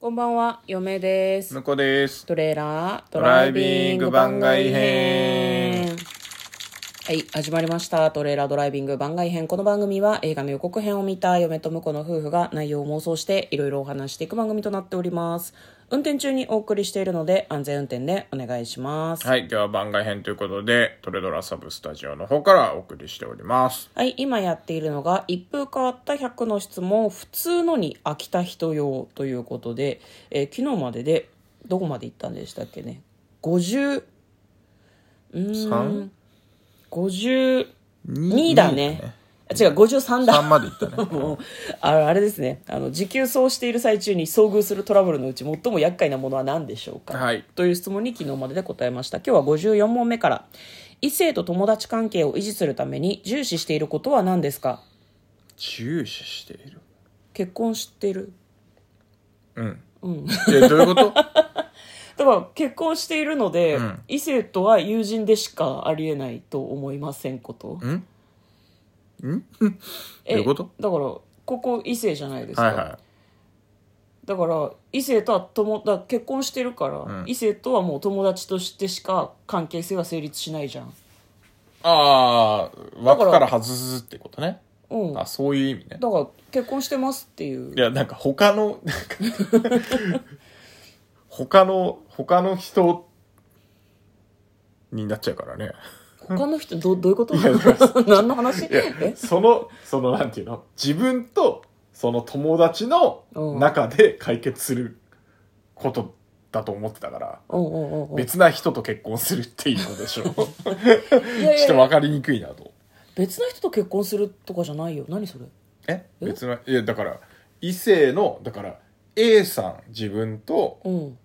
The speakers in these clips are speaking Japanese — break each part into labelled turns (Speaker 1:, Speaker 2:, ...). Speaker 1: こんばんは、嫁です。
Speaker 2: 向こうです。
Speaker 1: トレーラード
Speaker 2: ライビング番外編。
Speaker 1: はい、始まりました。トレーラードライビング番外編。この番組は映画の予告編を見た嫁と婿の夫婦が内容を妄想していろいろお話していく番組となっております。運転中にお送りしているので安全運転でお願いします。はい、
Speaker 2: はい、今日は番外編ということで、トレドラサブスタジオの方からお送りしております。
Speaker 1: 今やっているのが一風変わった100の質問、普通のに飽きた人用ということで、えー昨日まででどこまで行ったんでしたっけね。50、
Speaker 2: 三
Speaker 1: 52だね。あ違う、53だ。
Speaker 2: 三までいった ね。
Speaker 1: もうああれですねあの時給走している最中に遭遇するトラブルのうち最も厄介なものは何でしょうか、
Speaker 2: はい
Speaker 1: という質問に昨日までで答えました今日は54問目から異性と友達関係を維持するために重視していることは何ですか
Speaker 2: 重視している。
Speaker 1: 結婚してる
Speaker 2: え、どういう こと
Speaker 1: だから結婚しているので、
Speaker 2: ん
Speaker 1: 異性とは友人でしかありえないと思いませんこと
Speaker 2: んん
Speaker 1: え
Speaker 2: どういうこと
Speaker 1: だからここ異性じゃないですか、
Speaker 2: はいは
Speaker 1: だから異性とは友だから結婚してるから、
Speaker 2: ん
Speaker 1: 異性とはもう友達としてしか関係性が成立しないじゃん
Speaker 2: い。ああ、枠から外すってことね。
Speaker 1: うんだ
Speaker 2: あ、そういう意味ね。
Speaker 1: から結婚してますっていう
Speaker 2: いや、なんか他の、なんか 他の、他の人になっちゃうからね。
Speaker 1: 他の人どどういうこと 何の話
Speaker 2: いや
Speaker 1: え、
Speaker 2: その、その、なんていうの自分と、その友達の中で解決することだと思ってたから、
Speaker 1: おうおうおうおう
Speaker 2: 別な人と結婚するっていうのでしょう。ちょ
Speaker 1: いやいや
Speaker 2: っと分かりにくいなと。
Speaker 1: 別の人と結婚するとかじゃないよ何それ
Speaker 2: え別な、いや、だから、異性の、だから、A さん自分と
Speaker 1: うん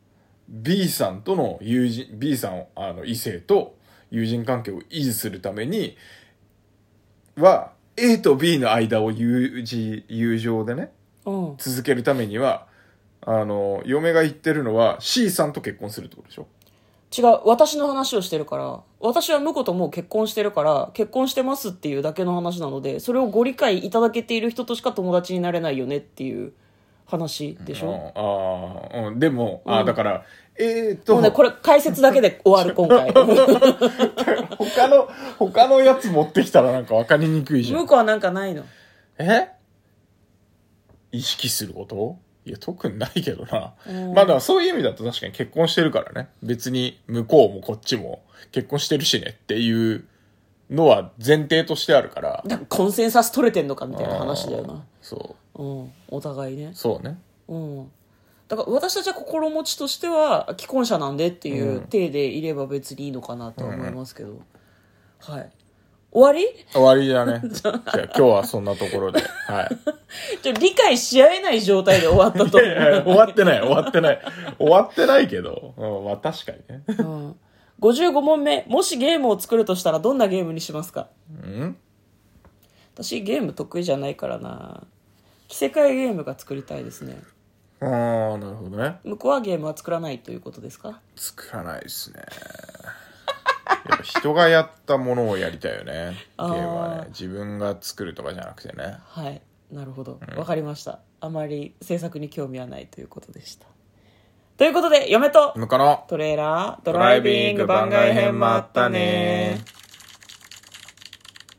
Speaker 2: B さんとの友人、B さんを、あの、異性と友人関係を維持するために、は、A と B の間を友人友情でね、
Speaker 1: うん
Speaker 2: 続けるためにはあの嫁が言ってるのは C さんと結婚するってことでしょ
Speaker 1: 違う私の話をしてるから私は婿ともう結婚してるから結婚してますっていうだけの話なのでそれをご理解いただけている人としか友達になれないよねっていう話でしょ、
Speaker 2: うんああ、うん、でも、ああだからえー、
Speaker 1: も
Speaker 2: と、
Speaker 1: うね、これ解説だけで終わる、今 回。ム
Speaker 2: 他の他のやつ持ってきたらなんか分かりにくいじゃん
Speaker 1: ーコはなんかないの
Speaker 2: え意識することいや特にないけどな、まあだからそういう意味だと確かに結婚してるからね別に向こうもこっちも結婚してるしねっていうのは前提としてあるから
Speaker 1: だからコンセンサス取れてんのかみたいな話だよな。
Speaker 2: そ
Speaker 1: うん。お互いね
Speaker 2: う。そうね
Speaker 1: うん。だから私たちは心持ちとしては、既婚者なんでっていう体でいれば別にいいのかなとは思いますけど。はい。終わ
Speaker 2: 終わり だね。じゃあ今日はそんなところで。はい。
Speaker 1: りじゃ理解し合えない状態で終わ ったと。
Speaker 2: いやいや 終わってない、終わってない。終わってないけど。うん、まあ確かにね。
Speaker 1: うん。55問目。もしゲームを作るとしたらどんなゲームにしますか
Speaker 2: うん
Speaker 1: 私ゲーム得意じゃないからな。着せ替えゲームが作りたいですね。
Speaker 2: ああ、なるほどね。
Speaker 1: 向こうはゲームは作らないということですか
Speaker 2: 作らないです ね。やっぱ人がやったものをやりたいよね。ゲ
Speaker 1: あ
Speaker 2: ー
Speaker 1: ー
Speaker 2: ムはね。自分が作るとかじゃなくてね。
Speaker 1: はいなるほどわ、かりましたあまり制作に興味はないということでしたということで嫁と
Speaker 2: 向こうの
Speaker 1: トレーラード
Speaker 2: ド
Speaker 1: ライビング番外編もあったね
Speaker 2: ー